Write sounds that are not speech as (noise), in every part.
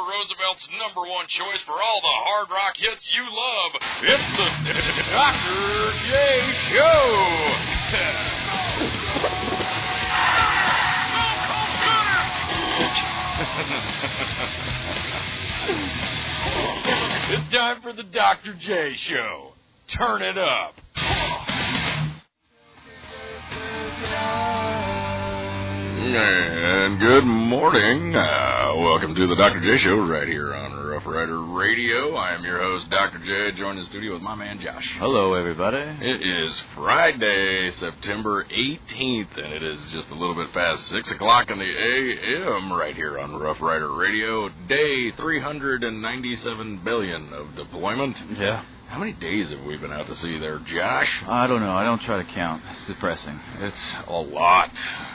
Rock's number one choice for all the hard rock hits you love. It's the Dr. J Show. (laughs) it's time for the Dr. J Show. Turn it up. And good morning. Uh, welcome to the Dr. J Show right here on Rough Rider Radio. I am your host, Dr. J, joined in the studio with my man Josh. Hello, everybody. It is Friday, September 18th, and it is just a little bit past 6 o'clock in the a.m. right here on Rough Rider Radio, day 397 billion of deployment. Yeah. How many days have we been out to sea there, Josh? I don't know. I don't try to count. It's depressing. It's a lot.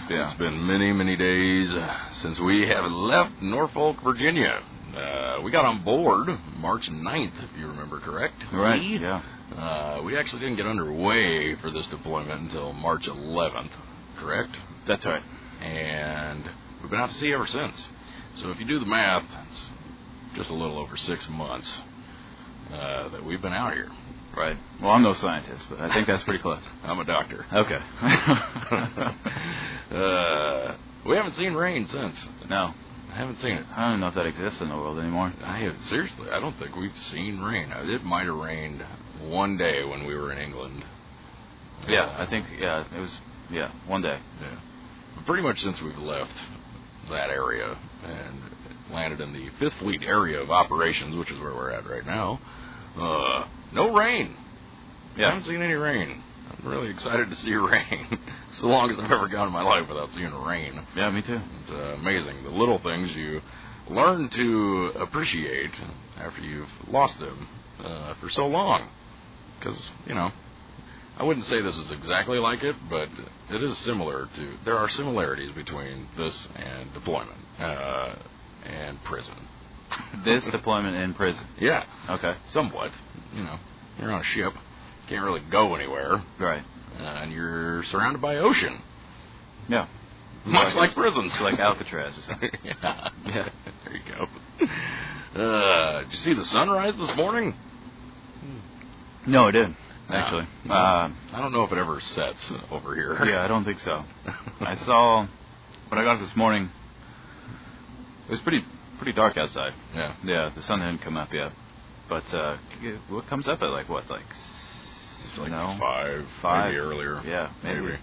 Yeah. It's been many, many days uh, since we have left Norfolk, Virginia. Uh, we got on board March 9th, if you remember correct. Right. We, Yeah. uh, we actually didn't get underway for this deployment until March 11th, correct? That's right. And we've been out to sea ever since. So if you do the math, it's just a little over six months uh, that we've been out here. Right. Well, I'm no scientist, but I think that's pretty (laughs) close. I'm a doctor. Okay. (laughs) uh, we haven't seen rain since. no, I haven't seen it. I don't know if that exists in the world anymore. I have seriously. I don't think we've seen rain. Uh, It might have rained one day when we were in England. Yeah, I think yeah, it was yeah, one day. Yeah. But pretty much since we've left that area and landed in the Fifth Fleet area of operations, which is where we're at right now, uh, no rain. I Yeah. haven't seen any rain. I'm really excited to see (laughs) rain. it's the longest I've ever gone in my life without seeing rain. Yeah, me too. It's uh, amazing the little things you learn to appreciate after you've lost them uh, for so long. Because you know, I wouldn't say this is exactly like it, but it is similar to. There are similarities between this and deployment uh, and prison. (laughs) This deployment in prison. Yeah, Okay. somewhat. You know, you're on a ship, can't really go anywhere, Right. uh, and you're surrounded by ocean, Yeah. much like prisons. It's like Alcatraz or something. (laughs) yeah. Yeah. There you go. Uh, did you see the sunrise this morning? No, it did. Actually. No. Uh, I don't know if it ever sets over here. yeah, I don't (laughs) think so. I saw when I got up this morning. It was pretty pretty dark outside. yeah. Yeah, the sun hadn't come up yet. But uh, c- what comes up at like what, like s- It's like no? five, Five. maybe earlier. Yeah, maybe.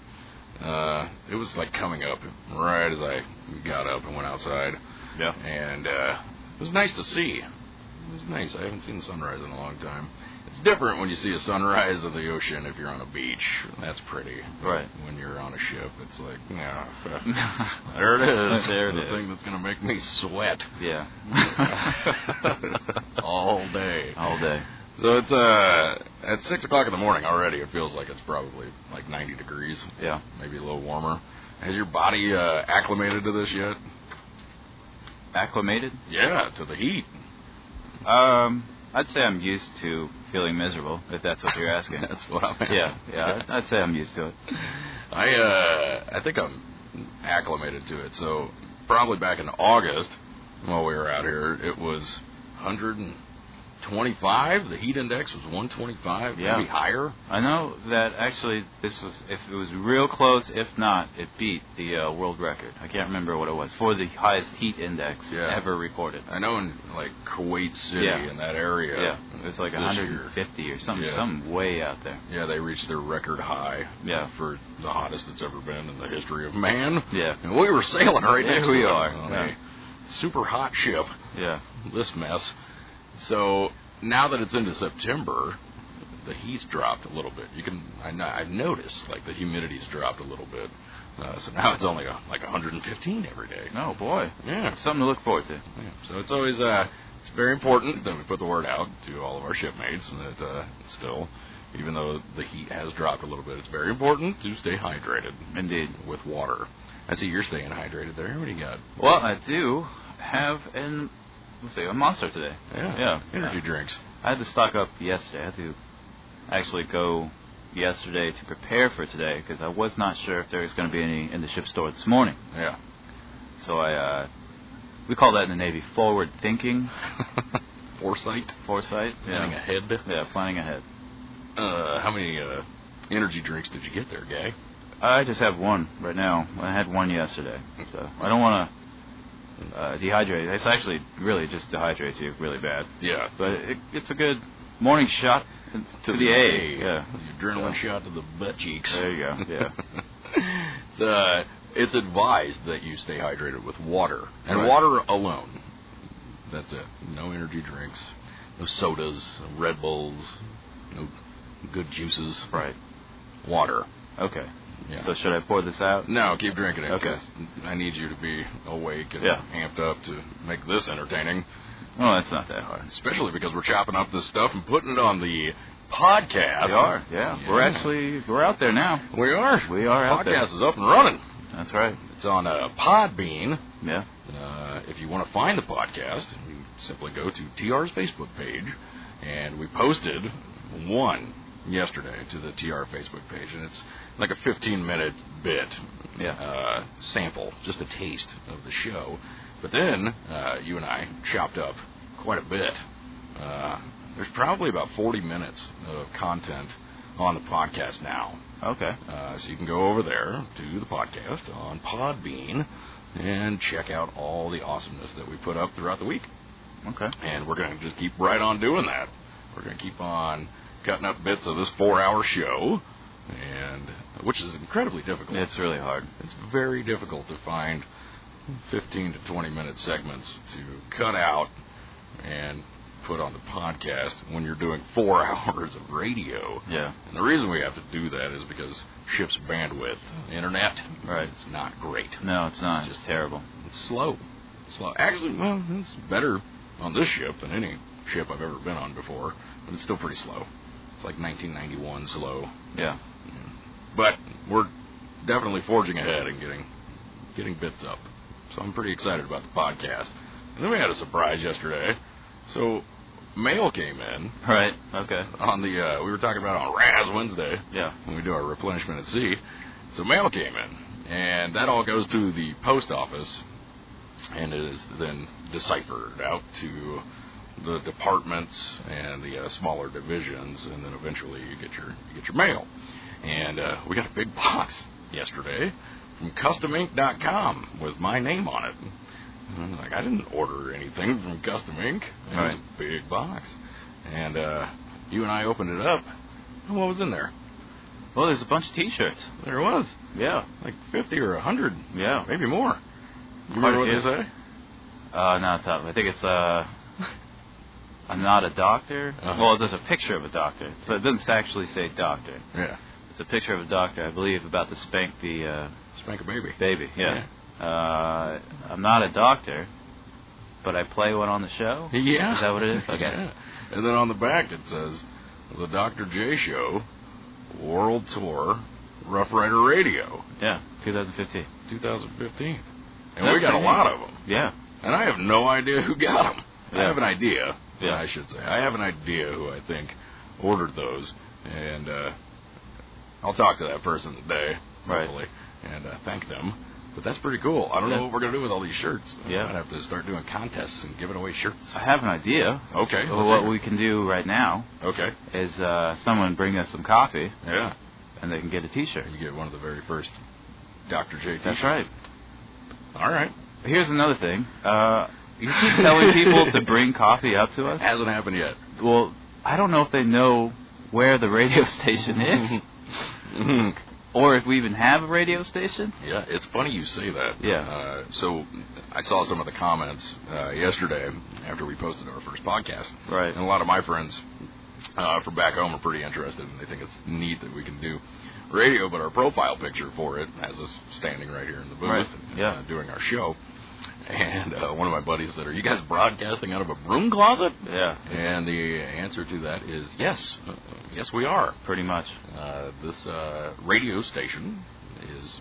Uh, it was like coming up right as I got up and went outside, Yeah, and uh, it was nice to see. It was nice. I haven't seen a sunrise in a long time. It's different when you see a sunrise of the ocean if you're on a beach. That's pretty. Right. When you're on a ship, it's like, (laughs) yeah, There it is. There it the is. thing that's gonna make me (laughs) sweat yeah. all day. All day. So it's uh at six o'clock in the morning already. It feels like it's probably like ninety degrees, Yeah. maybe a little warmer. Has your body uh, acclimated to this yet? Acclimated. Yeah, to the heat. Um, I'd say I'm used to feeling miserable, if that's what you're (laughs) asking. That's what I'm. Asking. yeah, yeah. I'd- I'd say I'm used to it. I uh, I think I'm acclimated to it. So probably back in August, while we were out here, it was 125. The heat index was 125, Yeah. maybe higher. I know that actually this was if it was real close, if not, it beat the uh, world record. I can't remember what it was for the highest heat index Yeah. ever recorded. I know in like Kuwait City Yeah. in that area. Yeah, it's like this year. 150 or something, Yeah. something way out there. Yeah, they reached their record high. Yeah. for the hottest it's ever been in the history of man. Yeah, And we were sailing right Yeah, next we to them are. on Yeah. a super hot ship. yeah, This mess. So now that it's into September, the heat's dropped a little bit. You can I know, I've noticed like the humidity's dropped a little bit. Uh, so now it's only uh, like 115 every day. oh boy, Yeah. something to look forward to. Yeah, so it's always uh, it's very important that we put the word out to all of our shipmates and that uh, still, even though the heat has dropped a little bit, it's very important to stay hydrated Indeed. with water. I see you're staying hydrated there. What do you got? Well, I do have an let's see, a monster today. yeah. energy drinks. I had to stock up yesterday. I had to actually go yesterday to prepare for today because I was not sure if there was going to be any in the ship store this morning. Yeah, So I uh, We call that in the Navy forward thinking, Foresight, (laughs) foresight, planning yeah. ahead. Yeah, planning ahead. Uh, how many uh, energy drinks did you get there, guy? I just have one right now. I had one yesterday, so I don't want to uh, dehydrate. It's actually really just dehydrates you really bad, Yeah, but it, it's a good morning shot to, the A. Yeah, The adrenaline shot to the butt cheeks. there you go. Yeah. (laughs) it's, uh, it's advised that you stay hydrated with water and Right. water alone. That's it. No energy drinks, no sodas, no Red Bulls, no good juices. Right. Water. Okay. Yeah. So should I pour this out? no, keep drinking it. Okay. 'cause I need you to be awake and Yeah. amped up to make this entertaining, Oh, that's not that hard. Uh, especially because we're chopping up this stuff and putting it on the podcast. We are. Yeah. We're actually we're out there now. We are. We are out there. Podcast is up and running. That's right. It's on uh, Podbean. Yeah. Uh, if you want to find the podcast, you simply go to TR's Facebook page, and we posted one yesterday to the TR Facebook page, and it's like a 15 minute bit Yeah. uh, sample, just a taste of the show. But then uh, you and I chopped up quite a bit. Uh, there's probably about 40 minutes of content on the podcast now. Okay. Uh, so you can go over there to the podcast on Podbean and check out all the awesomeness that we put up throughout the week. Okay. And we're going to just keep right on doing that. We're going to keep on cutting up bits of this four-hour show, and which is incredibly difficult. It's really hard. It's very difficult to find 15 to 20 minute segments to cut out and put on the podcast when you're doing four (laughs) hours of radio. Yeah. And the reason we have to do that is because ship's bandwidth, internet, Right. it's not great. No, it's not. It's just terrible. It's slow. Slow. Actually, well, it's better on this ship than any ship I've ever been on before, but it's still pretty slow. It's like 1991 slow. Yeah. But we're definitely forging ahead and getting getting bits up. So I'm pretty excited about the podcast. And then we had a surprise yesterday. So mail came in Right. Okay. on the uh, we were talking about on Raz Wednesday Yeah. when we do our replenishment at sea. So mail came in, and that all goes to the post office, and it is then deciphered out to the departments and the uh, smaller divisions, and then eventually you get your you get your mail. And uh, we got a big (laughs) box yesterday from CustomInc.com with my name on it. And I'm like, I didn't order anything from Custom Inc. It was Right. a big box, and uh, you and I opened it up. And what was in there? Well, there's a bunch of T-shirts. There was Yeah. like fifty or hundred, Yeah. maybe more. You remember what Quite they a say? few. Uh, no, it's not. I think it's (laughs) uh, I'm not a doctor. Uh-huh. Well, there's a picture of a doctor, but it doesn't actually say doctor. Yeah, It's a picture of a doctor, I believe, about to spank the uh, spank a baby. baby. Yeah. Uh, I'm not a doctor, but I play one on the show. Yeah, Is that what it is? Okay. Yeah. And then on the back it says, "The Dr. J Show, World Tour, Rough Rider Radio, Yeah. 2015. 2015." And That's we got a pretty lot of them, Yeah. and I have no idea who got them. I Yeah. have an idea. Yeah. I should say I have an idea who I think ordered those, and uh, I'll talk to that person today, Right. hopefully, and uh, thank them. But that's pretty cool. I don't Yeah. know what we're gonna do with all these shirts. Yeah. I have to start doing contests and giving away shirts. I have an idea. Okay. Well, let's what hear we can do right now it. okay. is uh, someone bring us some coffee, Yeah. and they can get a T-shirt. You get one of the very first Dr. J. That's t-shirts. right. All right. Here's another thing. Uh, you keep telling people to bring coffee up to It us. hasn't happened yet. Well, I don't know if they know where the radio (laughs) station is, Mm-hmm. or if we even have a radio station. Yeah, it's funny you say that. Yeah. Uh, so I saw some of the comments uh, yesterday after we posted our first podcast. Right. And a lot of my friends uh, from back home are pretty interested, and they think it's neat that we can do radio, but our profile picture for it has us standing right here in the booth Right, uh, yeah. doing our show. And uh, one of my buddies said, Are you guys broadcasting out of a broom closet? Yeah, And the answer to that is yes. Uh, yes, we are. pretty much. Uh, this uh, radio station is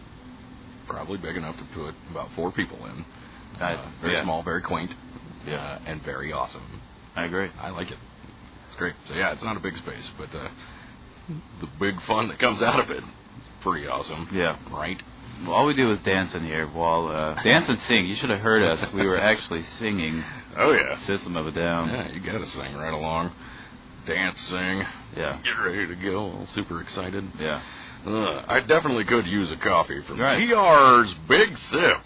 probably big enough to put about four people in. Uh, I- very yeah. small, very quaint, Yeah. uh, and very awesome. I agree. I like it. It's great. So yeah, it's not a big space, but uh, the big fun that comes out of it, is pretty awesome, Yeah. right? Well, all we do is dance in here while uh, dance and sing. You should have heard us. We were actually singing Oh yeah. System of a Down. Um, Yeah, you gotta sing right along. Dance, sing, Yeah, get ready to go. All super excited. yeah. Ugh, I definitely could use a coffee from Right. TR's Big Sip.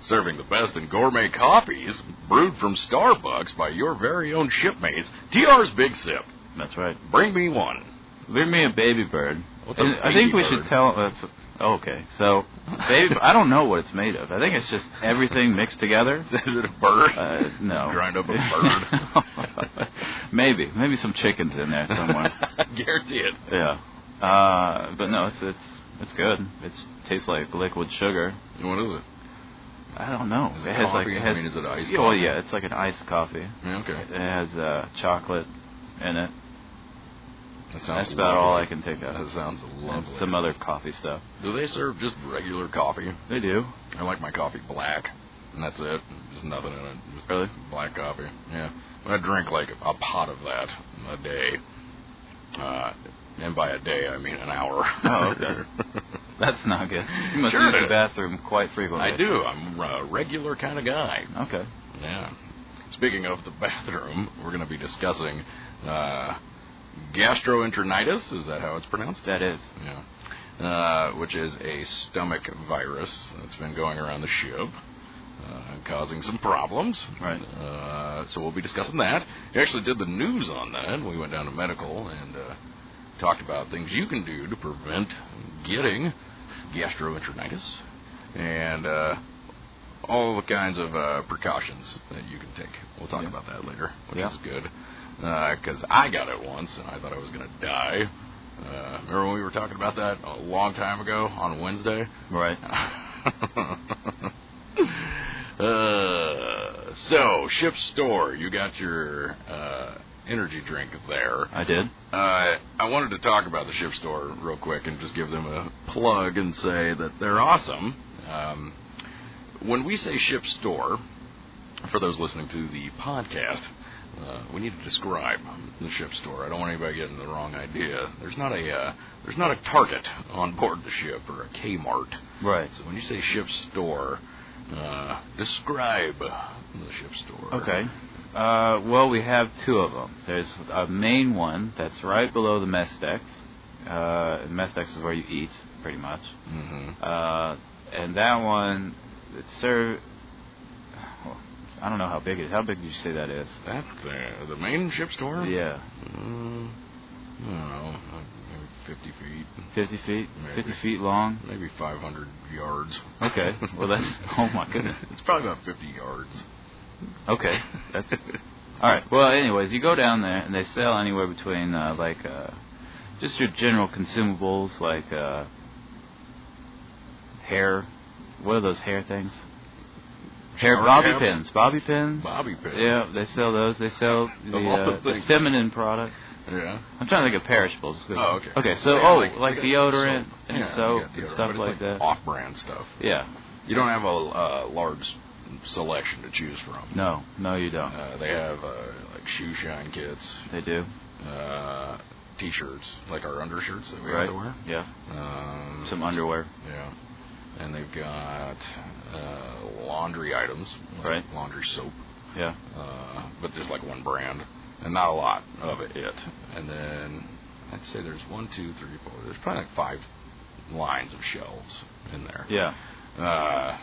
Serving the best in gourmet coffees, brewed from Starbucks by your very own shipmates, TR's Big Sip. That's right. Bring me one. Bring me a baby bird. What's a And I baby think we bird? should tell. That's oh, okay. So, baby, I don't know what it's made of. I think it's just everything mixed together. (laughs) Is it a bird? Uh, no. Grind up a (laughs) bird. maybe, maybe some chickens in there (laughs) somewhere. Guarantee it. yeah. Uh, but no, it's it's it's good. It's tastes like liquid sugar. What is it? I don't know. Is it has like coffee? it has, I mean, is it iced Yeah, well, coffee? yeah, it's like an iced coffee. Yeah, okay. It has uh, chocolate in it. That sounds That's about all I lovely. can think That of. sounds And lovely. some other coffee stuff. Do they serve just regular coffee? They do. I like my coffee black, and that's it. There's nothing in it. Just Really? Black coffee. Yeah. But I drink like a pot of that a day. Uh, and by a day, I mean an hour. Oh, (laughs) okay. That's not good. You must Sure use it the is. bathroom quite frequently. I do. I'm a regular kind of guy. Okay. Yeah. Speaking of the bathroom, we're going to be discussing uh, gastroenteritis. Is that how it's pronounced? That is. Yeah. Uh, which is a stomach virus that's been going around the ship, uh, causing some problems. Right. Uh, so we'll be discussing that. We actually did the news on that. We went down to medical and uh, talked about things you can do to prevent getting gastroenteritis and uh, all the kinds of uh, precautions that you can take. We'll talk Yeah. about that later, which Yeah. is good because I got it once and I thought I was going to die. Uh, remember when we were talking about that a long time ago on Wednesday? (laughs) Right. uh, so, Ship Store, you got your uh, energy drink there. I did. Uh, I wanted to talk about the Ship Store real quick and just give them a plug and say that they're awesome. Um, when we say Ship Store, for those listening to the podcast, uh, we need to describe the Ship Store. I don't want anybody getting the wrong idea. There's not a uh, there's not a Target on board the ship or a Kmart. Right. So when you say Ship Store, uh, describe the Ship Store. Okay. Uh, well, we have two of them. There's a main one that's right below the mess decks. Uh, and mess decks is where you eat, pretty much. hmm Uh, and that one, it serve. well, I don't know how big it. How big did you say that is? That uh, the, the main Ship Store. Yeah, Mm, I don't know, like maybe 50 feet, 50 feet. Maybe. 50 feet long. maybe 500 yards. Okay. (laughs) Well, that's. Oh my goodness. It's probably about 50 yards. Okay. (laughs) That's (laughs) all right. Well, anyways, you go down there and they sell anywhere between uh, like uh, just your general consumables like uh, hair. What are those hair things? Hair Shower bobby caps? pins. Bobby pins. Bobby pins. Yeah, they sell those. (laughs) They sell the, all the uh, the things. feminine products. Yeah. I'm trying to think of perishables. 'cause- Oh, okay. Okay, so Yeah, oh, like- like, deodorant and yeah, soap you got and deodorant, stuff but it's like that. Off-brand stuff. Yeah. You don't have a uh, large selection to choose from. No, no, you don't. Uh, they have uh, like shoe shine kits, They do. uh, t-shirts, like our undershirts that we have right. to wear. Yeah. Um, Some underwear. Yeah. And they've got uh, laundry items, like Right. Laundry soap, Yeah. uh, but there's like one brand, and not a lot of it. And then I'd say there's one, two, three, four. There's probably like five lines of shelves in there. Yeah. Uh,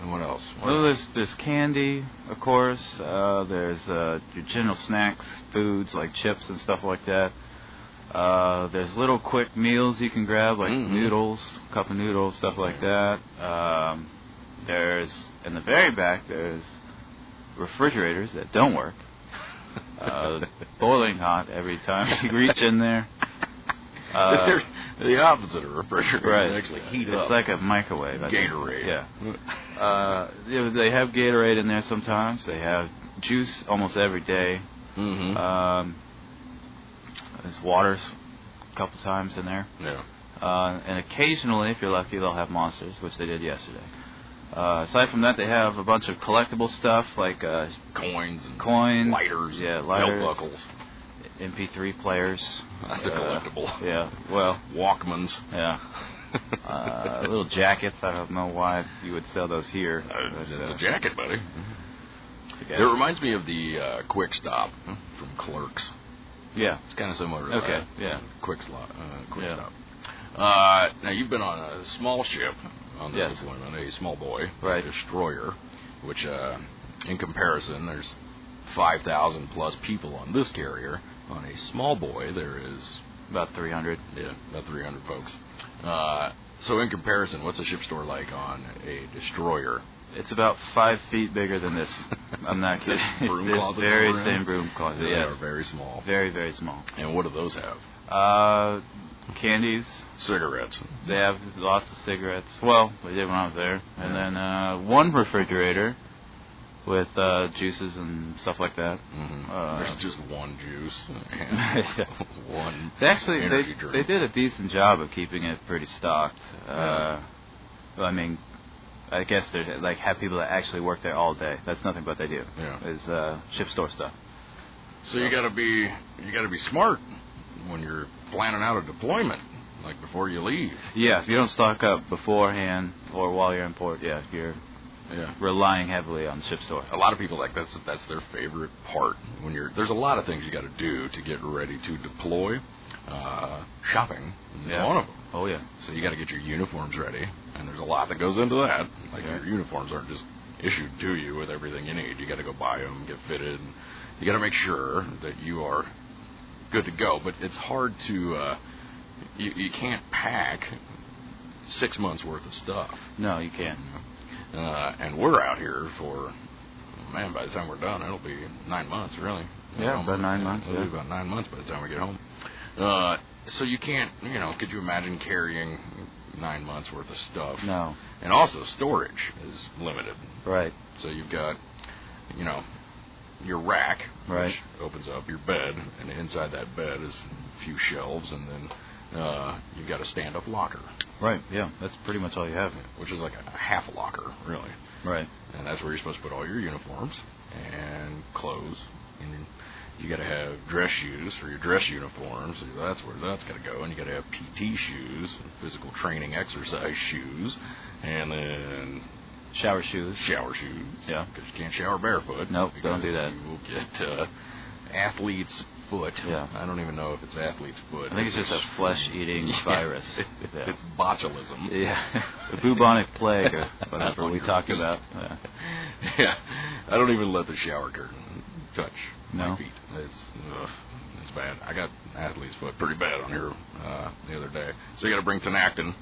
and what else? What Well, else? there's there's candy, of course. Uh, there's uh, your general snacks, foods like chips and stuff like that. Uh, there's little quick meals you can grab, like Mhm. noodles, cup of noodles, stuff like that. Um, there's in the very back there's refrigerators that don't work, uh, (laughs) boiling hot every time you reach in there. Uh, There's the opposite of refrigerator. right, They actually heat it's up like a microwave. I think. Gatorade. Yeah. (laughs) Uh, yeah, they have Gatorade in there sometimes. They have juice almost every day. hmm Um, there's waters a couple times in there. yeah. Uh, and occasionally, if you're lucky, they'll have monsters, which they did yesterday. Uh, aside from that, they have a bunch of collectible stuff like uh, Coins and Coins, lighters, yeah, belt lighters. buckles, MP3 players. That's a Uh, collectible. Yeah. Well. Walkmans. Yeah. uh, (laughs) little jackets. I don't know why you would sell those here. Uh, but, it's uh, a jacket, buddy. I guess. It reminds me of the uh, Quick Stop from Clerks. yeah. It's kind of similar to Okay, that. yeah. Quick slot. Uh, quick Yeah. stop. Uh, now you've been on a small ship on this Yes. deployment, a small boy, Right. a destroyer, which, uh, in comparison, there's 5,000 plus people on this carrier. On a small boy, there is About 300. yeah, about 300 folks. Uh, so in comparison, what's a ship store like on a destroyer? It's about five feet bigger than this. (laughs) I'm not kidding. This (laughs) broom this closet that very we're in? same broom closet. They Yes. are very small. Very very small. And what do those have? Uh, candies. Cigarettes. They have lots of cigarettes. Well, they did when I was there. And then uh, one refrigerator with uh, juices and stuff like that. hmm Uh, There's just one juice (laughs) and one. They actually energy they, drink. they did a decent job of keeping it pretty stocked. Uh, well, I mean, I guess they are like have people that actually work there all day. That's nothing but they do. Yeah. Is uh, ship store stuff. So you gotta be you gotta be smart when you're planning out a deployment, like before you leave. Yeah, if you don't stock up beforehand or while you're in port, yeah, you're Yeah. relying heavily on ship store. A lot of people like that's that's their favorite part when you're. There's a lot of things you got to do to get ready to deploy. Uh, shopping is Yeah. one of them. Oh yeah. So you got to get your uniforms ready, and there's a lot that goes into that. Like Yeah. your uniforms aren't just issued to you with everything you need. You got to go buy them, get fitted. And you got to make sure that you are good to go. But it's hard to uh, you you can't pack six months worth of stuff. No, you can't. Uh, and we're out here for man. By the time we're done, it'll be nine months, really. Yeah, about nine months, It'll be yeah. about nine months by the time we get home. Uh, so you can't, you know, could you imagine carrying nine months worth of stuff? No. And also storage is limited. Right. So you've got, you know, your rack, Right. which opens up your bed, and inside that bed is a few shelves, and then uh, you've got a stand-up locker, Right. Yeah. That's pretty much all you have. which is like a half a locker, really. Right. and that's where you're supposed to put all your uniforms and clothes. And you got to have dress shoes for your dress uniforms. So that's where that's got to go. And you got to have PT shoes, and physical training exercise shoes, and then Shower shoes. shower shoes. Yeah. because you can't shower barefoot. Nope, don't do because that. You will get uh, athlete's foot. Yeah. I don't even know if it's athlete's foot. I think it's just a (laughs) flesh-eating Yeah. virus. Yeah. It's botulism. (laughs) Yeah. the bubonic plague or whatever On we your talked feet. about. Yeah. (laughs) yeah, I don't even let the shower curtain touch my No? feet. It's ugh, it's bad. I got athlete's foot pretty bad on here uh, the other day. So you got to bring tenactin,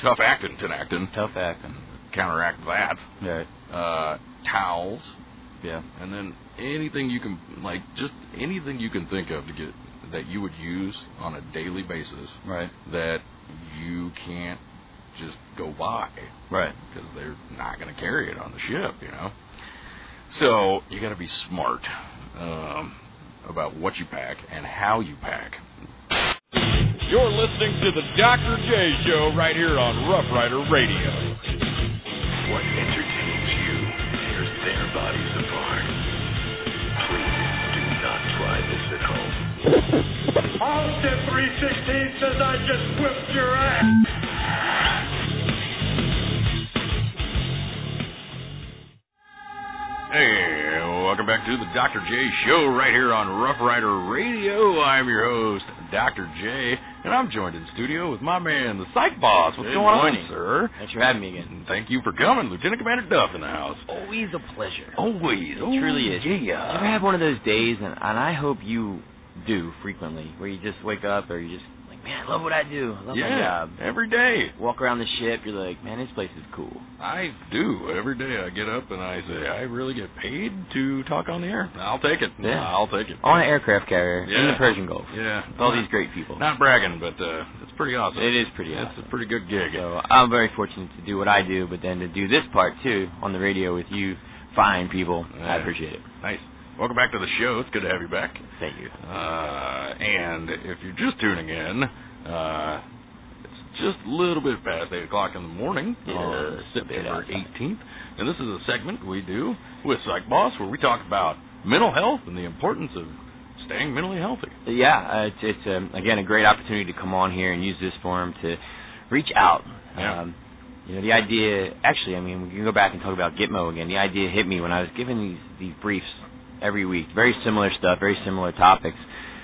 tough actin, tenactin, Tough acting. counteract that. Right. Uh, towels, Yeah. and then anything you can like, just anything you can think of to get that you would use on a daily basis Right. that you can't just go buy Right. because they're not going to carry it on the ship, you know. So you got to be smart um, about what you pack and how you pack. You're listening to the Dr. J Show right here on Rough Rider Radio. What entertains you tears their bodies apart. Please do not try this at home. Austin 316 says I just whipped your ass. Hey, welcome back to the Dr. J Show right here on Rough Rider Radio. I'm your host, Dr. J, and I'm joined in studio with my man, the Psych Boss. What's Good going morning. on, sir? Thanks for having me And again. Thank you for coming, Lieutenant Commander Duff in the house. Always a pleasure. Always, Oh, it truly is. You ever Yeah. have one of those days, and, and I hope you do frequently, where you just wake up or you just like, man, I love what I do. I love my Yeah, job. every day. Walk around the ship, you're like, man, this place is cool. I do. Every day I get up and I say, I really get paid to talk on the air. I'll take it. Yeah. I'll take it. On an aircraft carrier in Yeah. the Persian Gulf Yeah. with all these great people. Not bragging, but uh, it's pretty awesome. It is pretty It's awesome. a pretty good gig. So uh, I'm very fortunate to do what I do, but then to do this part too on the radio with you fine people, I Yeah. appreciate it. Nice. Welcome back to the show. It's good to have you back. Thank you. Uh, and if you're just tuning in, uh, it's just a little bit past 8 o'clock in the morning on Yes, September a bit outside. 18th. And this is a segment we do with Psych Boss where we talk about mental health and the importance of staying mentally healthy. Yeah, uh, it's, it's um, again a great opportunity to come on here and use this forum to reach out Yeah. Um, you know, the idea. Actually, I mean, we can go back and talk about Gitmo again. The idea hit me when I was given these these briefs every week. Very similar stuff. Very similar topics.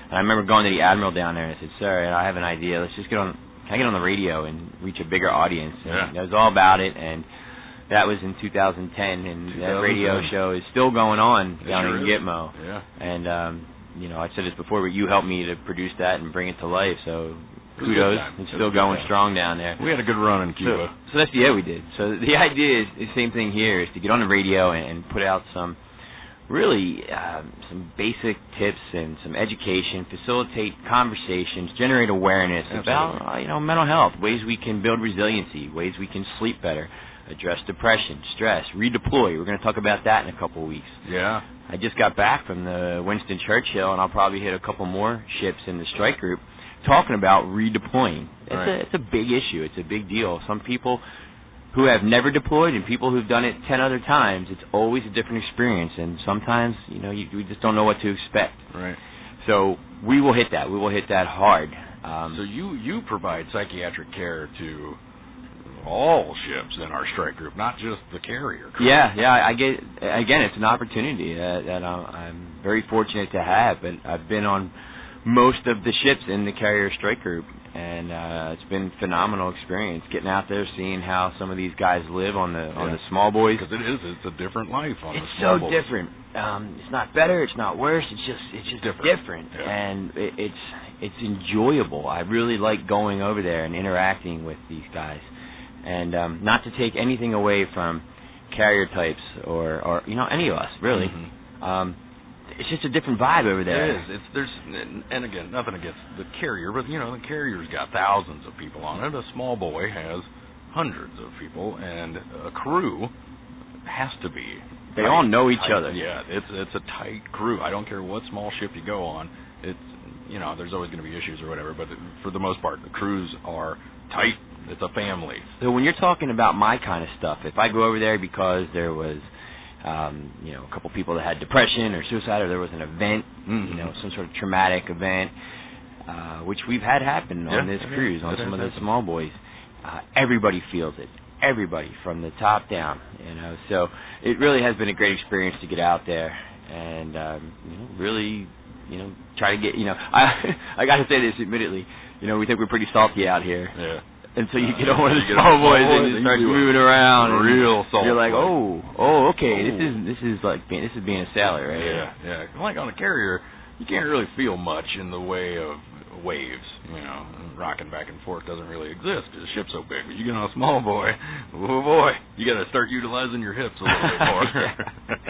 And I remember going to the admiral down there and I said, "Sir, I have an idea. Let's just get on. Can I get on the radio and reach a bigger audience?" And Yeah. That was all about it, and that was in 2010, and 2010. that radio show is still going on It down sure in is. Gitmo. Yeah. And um, you know, I said this before, but you helped me to produce that and bring it to life. So It was a good kudos, time. It was it's a still good going time. strong down there. We had a good run in So, Cuba. so that's the yeah we did. So the idea is the same thing here is to get on the radio and, and put out some really um, some basic tips and some education, facilitate conversations, generate awareness about uh, you know mental health, ways we can build resiliency, ways we can sleep better, address depression, stress, redeploy. We're going to talk about that in a couple of weeks. Yeah. I just got back from the Winston Churchill, and I'll probably hit a couple more ships in the strike group talking about redeploying. It's, Right. a, it's a big issue. It's a big deal. Some people who have never deployed and people who've done it 10 other times, it's always a different experience, and sometimes, you know, you, we just don't know what to expect. Right. So we will hit that. We will hit that hard. Um, So you you provide psychiatric care to all ships in our strike group, not just the carrier. correct? Yeah, yeah. I I get again. It's an opportunity that, that I'm, I'm very fortunate to have, but I've been on most of the ships in the carrier strike group, and uh, it's been phenomenal experience getting out there, seeing how some of these guys live on the on Yeah. the small boys. Because it is it's a different life on It's the so small boat. different. Um, it's not better. It's not worse. It's just it's just Different. different, Yeah. and it, it's it's enjoyable. I really like going over there and interacting with these guys, and um, not to take anything away from carrier types or or you know any of us really. Mhm. Um, it's just a different vibe over there. It is. It's there's and- and again nothing against the carrier, but you know the carrier's got thousands of people on it. A small boy has hundreds of people, and a crew has to be. They all know each tight. other. Yeah, it's it's a tight crew. I don't care what small ship you go on. It's you know there's always going to be issues or whatever, but for the most part the crews are tight. It's a family. So when you're talking about my kind of stuff, if I go over there because there was, um, you know, a couple people that had depression or suicide, or there was an event, you Mhm. know, some sort of traumatic event, uh, which we've had happen on Yeah, this it has- cruise on it some has of the happened. small boys. Uh, everybody feels it. Everybody from the top down, you know. So it really has been a great experience to get out there and um, you know, really, you know, try to get. You know, (laughs) I I got to say this admittedly. You know, we think we're pretty salty out here Yeah. until you Uh, get on one of you the get small on the boys small and boys, you you start do it. moving around. and Real salt. You're like, lick. oh, oh, okay. This Oh. is this is like being this is being a sailor right here. Yeah, yeah. Like on a carrier, you can't really feel much in the way of waves. You know, rocking back and forth doesn't really exist because the ship's so big. But you get on a small boy, (laughs) oh boy, you got to start utilizing your hips a little bit more. (laughs)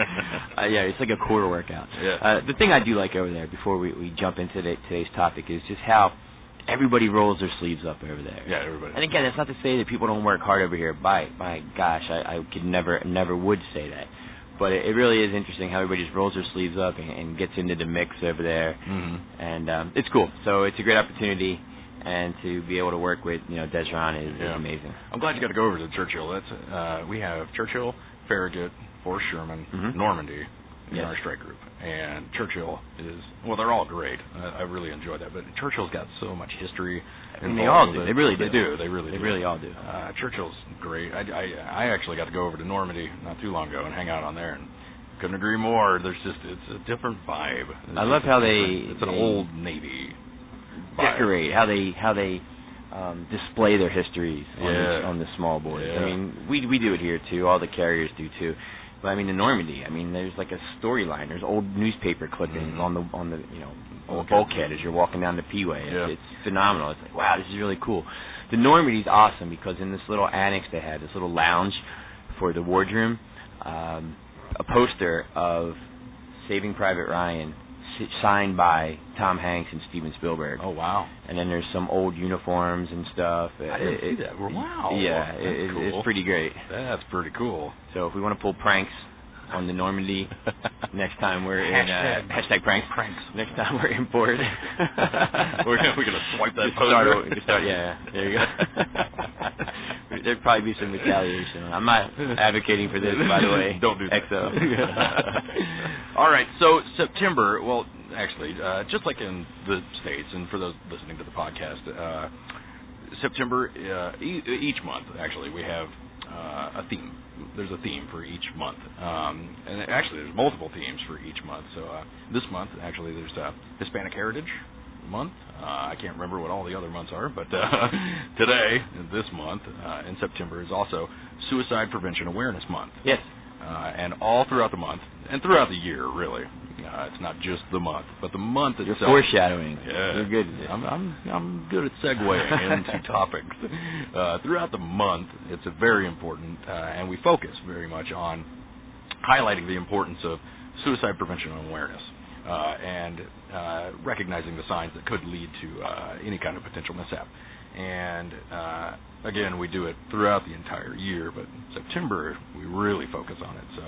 Uh, (laughs) yeah, it's like a core workout. Yeah. Uh, the thing I do like over there, before we, we jump into the, today's topic, is just how everybody rolls their sleeves up over there. yeah, everybody. And again, that's not to say that people don't work hard over here. By by gosh, I, I could never never would say that. But it, it really is interesting how everybody just rolls their sleeves up and, and gets into the mix over there. Mm-hmm. and um, it's cool. So it's a great opportunity, and to be able to work with you know Desron is, Yeah. is amazing. I'm glad you got to go over to Churchill. That's uh, we have Churchill, Farragut, Fort Sherman, Mhm. Normandy in Yes. our strike group, and Churchill is well, they're all great. I, I really enjoy that, but Churchill's got so much history. I mean, they involved all with do. it. They really they do. do. They really They do. really all do. Uh, Churchill's great. I, I I actually got to go over to Normandy not too long ago and hang out on there and. Couldn't agree more. There's just it's a different vibe. It's I love just how a different- they- it's an they- old navy. vibe. Decorate how they how they um, display their histories on, Yeah. the, on the small boys. Yeah. I mean, we we do it here too. All the carriers do too. But I mean, in Normandy, I mean, there's like a storyline. There's old newspaper clippings Mhm. on the on the you know on the Bulkhead. bulkhead as you're walking down the P-way. It's, Yeah. it's phenomenal. It's like wow, this is really cool. The Normandy's awesome because in this little annex they had this little lounge for the wardroom, um, a poster of Saving Private Ryan si- signed by Tom Hanks and Steven Spielberg Oh wow! and then there's some old uniforms and stuff. I didn't see that. Wow. Yeah, That's it, it- cool. it's pretty great. That's pretty (laughs) cool. So if we want to pull pranks on the Normandy next time we're in Hashtag- uh, hashtag pranks. pranks. Next time we're in (laughs) port, We're gonna- we're gonna swipe that Just start poster. o- just start- yeah, yeah, there (laughs) you go. There'd probably be some retaliation. I'm not (laughs) advocating for this, by the way. (laughs) Don't do that. (laughs) XO. All right, so September. Well, actually, uh, just like in the states, and for those listening to the podcast, uh, September uh, e- each month. Actually, we have uh, a theme. There's a theme for each month, um, and actually, there's multiple themes for each month. So uh, this month, actually, there's uh, Hispanic Heritage Month. Uh, I can't remember what all the other months are, but uh, (laughs) today, this month, uh, in September, is also Suicide Prevention Awareness Month Yes. uh, and all throughout the month and throughout the year, really. Uh, it's not just the month, but the month You're itself. foreshadowing. Yeah. You're good at this. I'm, I'm I'm good at (laughs) segueing into topics. Uh, throughout the month, it's a very important, uh, and we focus very much on highlighting the importance of suicide prevention and awareness, uh, and uh, recognizing the signs that could lead to uh, any kind of potential mishap. And uh, again, we do it throughout the entire year, but September we really focus on it. So.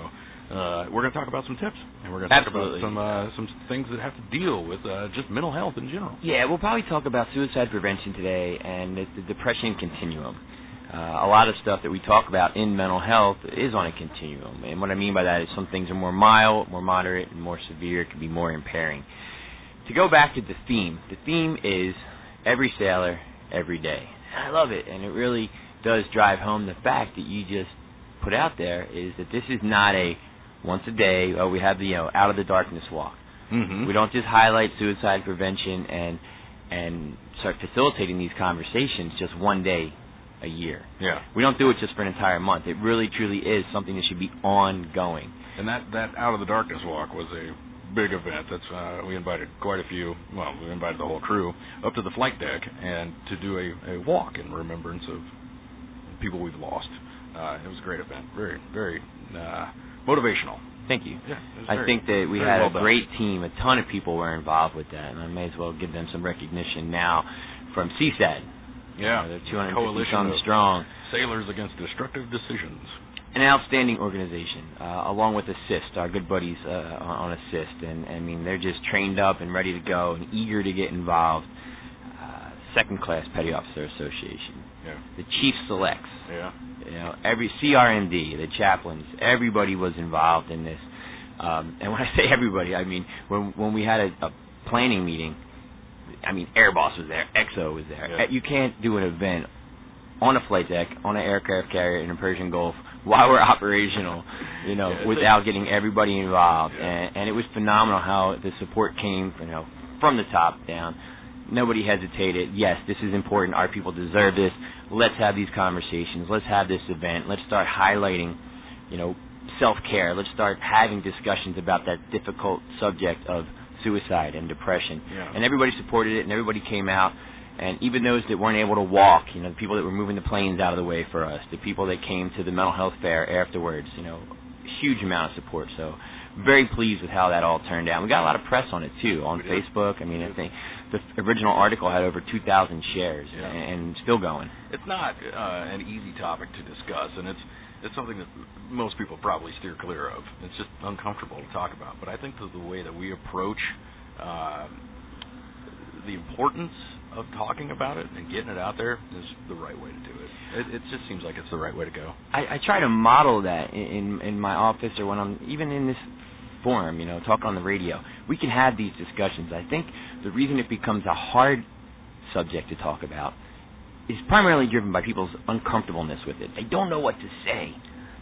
Uh, we're going to talk about some tips, and we're going to talk about Absolutely. some uh, some things that have to deal with uh, just mental health in general. Yeah, we'll probably talk about suicide prevention today and the, the depression continuum. Uh, a lot of stuff that we talk about in mental health is on a continuum, and what I mean by that is some things are more mild, more moderate, and more severe. It can be more impairing. To go back to the theme, the theme is every sailor, every day. And I love it, and it really does drive home the fact that you just put out there is that this is not a once a day. Oh, we have the you know out of the darkness walk. Mm-hmm. We don't just highlight suicide prevention and and start facilitating these conversations just one day a year. Yeah, We don't do it just for an entire month. It really truly is something that should be ongoing. and that that out of the darkness walk was a big event. That's uh, we invited quite a few. Well, we invited the whole crew up to the flight deck and to do a, a walk in remembrance of people we've lost. Uh, it was a great event. Very very uh, motivational. Thank you. Yeah, it was I very- think that we very had well a done. great team. A ton of people were involved with that, and I may as well give them some recognition now from CSAD. yeah they're 250 coalition some of strong. sailors against destructive decisions. an outstanding organization, uh, along with Assist, our good buddies uh, on on Assist, and I mean they're just trained up and ready to go and eager to get involved. Uh, Second Class Petty Officer Association, Yeah. the Chief Selects, Yeah. you know every CRMD, the chaplains, everybody was involved in this. Um, and when I say everybody, I mean when when we had a, a planning meeting, I mean Airboss was there, EXO was there. Yeah. You can't do an event on a flight deck on an aircraft carrier in the Persian Gulf while we're (laughs) operational, you know, Yeah, it's without getting everybody involved. Yeah. And, and it was phenomenal how the support came, you know, from the top down. Nobody hesitated. Yes, this is important. Our people deserve this. Let's have these conversations. Let's have this event. Let's start highlighting, you know, self care. Let's start having discussions about that difficult subject of suicide and depression Yeah. and everybody supported it and everybody came out and even those that weren't able to walk you know the people that were moving the planes out of the way for us the people that came to the mental health fair afterwards you know huge amount of support so very pleased with how that all turned out we got a lot of press on it too on We did. facebook i mean We i think the original article had over 2000 shares Yeah. and, and still going it's not uh, an easy topic to discuss, and it's it's something that most people probably steer clear of. It's just uncomfortable to talk about. But I think that the way that we approach uh, the importance of talking about it and getting it out there is the right way to do it. It, it just seems like it's the right way to go. I, I try to model that in, in in my office or when I'm even in this forum, you know, talk on the radio. We can have these discussions. I think the reason it becomes a hard subject to talk about is primarily driven by people's uncomfortableness with it. They don't know what to say.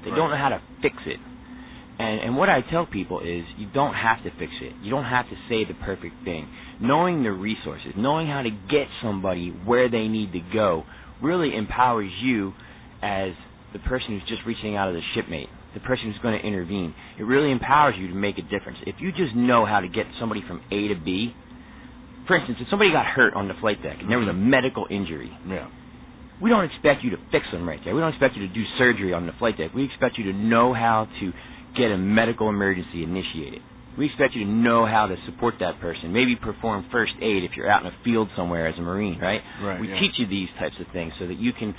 They don't know how to fix it. And and what I tell people is you don't have to fix it. You don't have to say the perfect thing. Knowing the resources, knowing how to get somebody where they need to go really empowers you as the person who's just reaching out as a shipmate, the person who's going to intervene. It really empowers you to make a difference. If you just know how to get somebody from A to B, for instance, if somebody got hurt on the flight deck and there was a medical injury, Yeah. we don't expect you to fix them right there. We don't expect you to do surgery on the flight deck. We expect you to know how to get a medical emergency initiated. We expect you to know how to support that person. Maybe perform first aid if you're out in a field somewhere as a Marine, right? Right, We yeah. teach you these types of things so that you can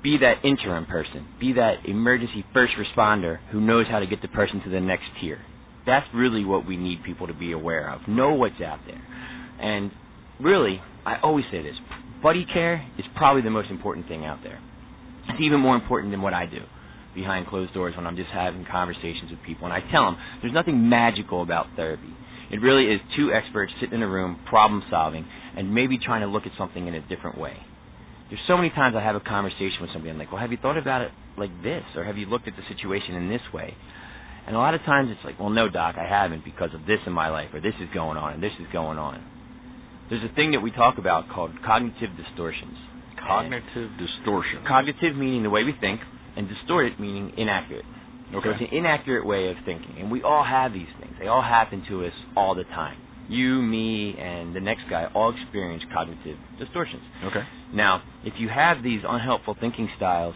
be that interim person, be that emergency first responder who knows how to get the person to the next tier. That's really what we need people to be aware of. Know what's out there. And really, I always say this buddy care is probably the most important thing out there. It's even more important than what I do behind closed doors when I'm just having conversations with people. And I tell them there's nothing magical about therapy. It really is two experts sitting in a room, problem solving, and maybe trying to look at something in a different way. there's so many times I have a conversation with somebody. I'm like, well, have you thought about it like this, or have you looked at the situation in this way? And a lot of times it's like, well, no, doc, I haven't because of this in my life, or this is going on, and this is going on. There's a thing that we talk about called cognitive distortions. Cognitive distortion. Cognitive meaning the way we think, and distorted meaning inaccurate. So it's okay. an inaccurate way of thinking. And we all have these things. They all happen to us all the time. You, me, and the next guy all experience cognitive distortions. Okay. Now, if you have these unhelpful thinking styles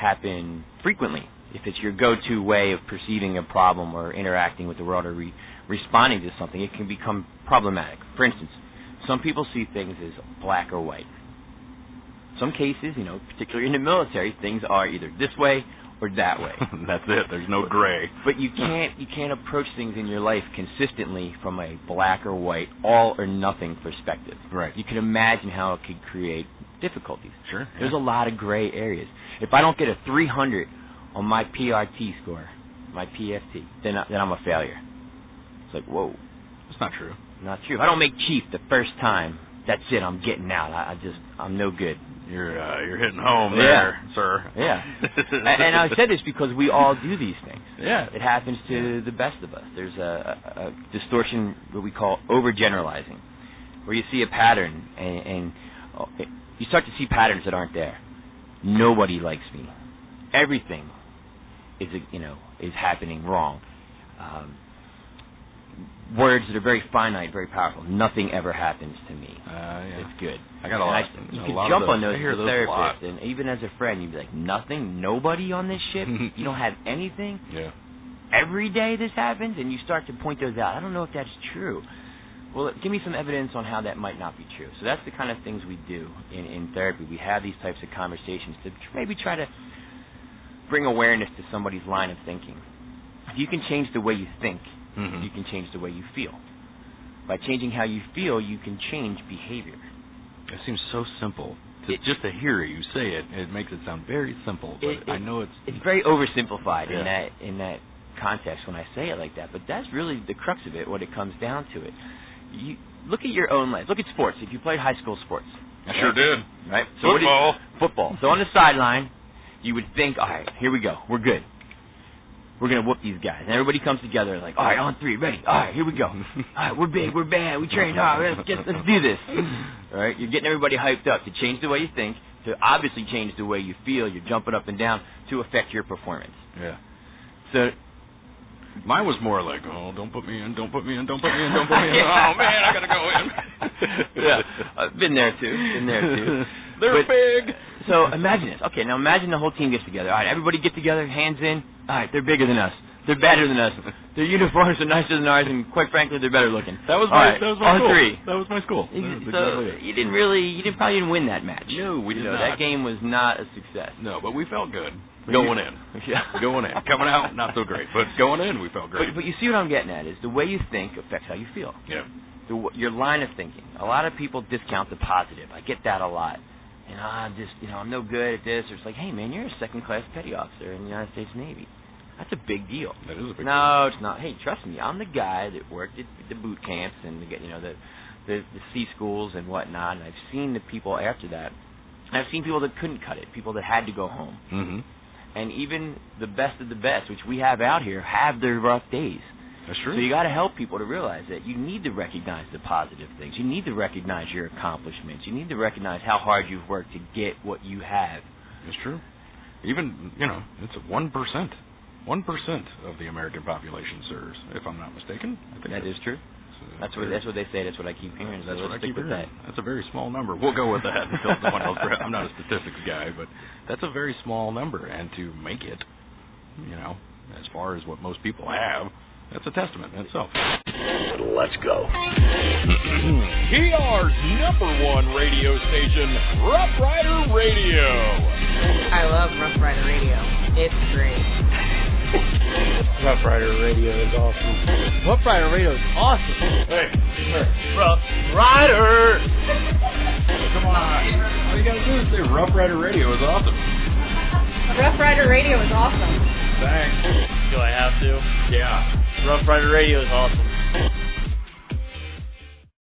happen frequently, if it's your go-to way of perceiving a problem or interacting with the world or re- responding to something, it can become problematic. For instance, some people see things as black or white. Some cases, you know, particularly in the military, things are either this way or (laughs) that way. That's it. There's no gray. But you can't you can't approach things in your life consistently from a black or white, all or nothing perspective. Right. You can imagine how it could create difficulties. Sure. There's a lot of gray areas. If I don't get a 300 on my PRT score, my PFT, then I, then I'm a failure. It's like whoa, It's not true. not true. If I don't make chief the first time, that's it. I'm getting out. I, I just I'm no good. You're uh, you're hitting home Yeah. there, sir. (laughs) Yeah. and, and I said this because we all do these things. Yeah. It happens to the best of us. There's a, a, a distortion what we call overgeneralizing, where you see a pattern and, and uh, it- you start to see patterns that aren't there. Nobody likes me. Everything is uh, you know is happening wrong. Um, words that are very finite, very powerful. Nothing ever happens to me. Uh, yeah. It's good. I got a And lot. I, you a could lot of jump those. on those I as hear a those a lot. therapist, and even as a friend, you'd be like, nothing, nobody on this (laughs) ship. you don't have anything. Yeah. Every day this happens, and you start to point those out. I don't know if that's true. Well, give me some evidence on how that might not be true. So that's the kind of things we do in, in therapy. We have these types of conversations to tr- maybe try to bring awareness to somebody's line of thinking. If you can change the way you think, Mhm. you can change the way you feel. By changing how you feel, you can change behavior. It seems so simple. To, It- just to hear you say it, it makes it sound very simple. But It- it- I know it's. it's very oversimplified in Yeah. that in that context when I say it like that. But that's really the crux of it. What it comes down to it. You look at your own life. Look at sports. If you played high school sports, I sure did. right? (laughs) what do you- Football. football. So on the sideline, you would think, all right, here we go. We're good. We're gonna whoop these guys. And everybody comes together like, all right, on three, ready. All right, here we go. All right, we're big, we're bad, we trained hard. Let's get, let's do this. All right, you're getting everybody hyped up to change the way you think, to obviously change the way you feel. You're jumping up and down to affect your performance. Yeah. (laughs) So Mine was more like, oh, don't put me in, don't put me in, don't put me in, don't put me in. Yeah. (laughs) Oh man, I gotta (laughs) go in. (laughs) yeah, I've been there too. Been there too. (laughs) They're But- big. So imagine this. Okay, now imagine the whole team gets together. All right, everybody get together, hands in. All right, they're bigger than us. They're better than us. Their uniforms are nicer than ours, and quite frankly, they're better looking. That was All my. right, That was my on school. three. That was my school. That was So exactly it. you didn't really, you didn't probably didn't win that match. No, we You did know, not. That game was not a (laughs) success. No, but we felt good But going you- in. Yeah. Going in, coming out not so great, but going in we felt great. But, but you see what I'm getting at is the way you think affects how you feel. Yeah. the, w- your line of thinking. A lot of people discount the positive. I get that a lot. You know, I'm just, you know, I'm no good at this. Or it's like, hey, man, you're a second class petty officer in the United States Navy. That's a big deal. That is a big. No, it's not. Hey, trust me, I'm the guy that worked at the boot camps and the, you know the, the the C schools and whatnot. And I've seen the people after that. And I've seen people that couldn't cut it, people that had to go home Mm-hmm. and even the best of the best, which we have out here, have their rough days. That's So you got to help people to realize that you need to recognize the positive things. You need to recognize your accomplishments. You need to recognize how hard you've worked to get what you have. It's true. Even you know, it's one percent, one percent of the American population serves, if I'm not mistaken. I think uh, That is true. that's- That's what that's what they say. That's what I keep hearing. So That's let's what I stick keep with hearing. That's a very small number. We'll go with that until someone else. I'm not a statistics guy, but that's a very small number, and to make it, you know, as far as what most people have, that's a testament in itself. Let's go. TR's number one radio station, Rough Rider Radio. I love Rough Rider Radio. It's great. Rough Rider Radio is awesome. Rough Rider Radio is awesome. Hey, Rough Rider! Come on, all you gotta do is say Rough Rider Radio is awesome. Rough Rider Radio is awesome. Thanks. Do I have to? Yeah. Rough Rider Radio is awesome.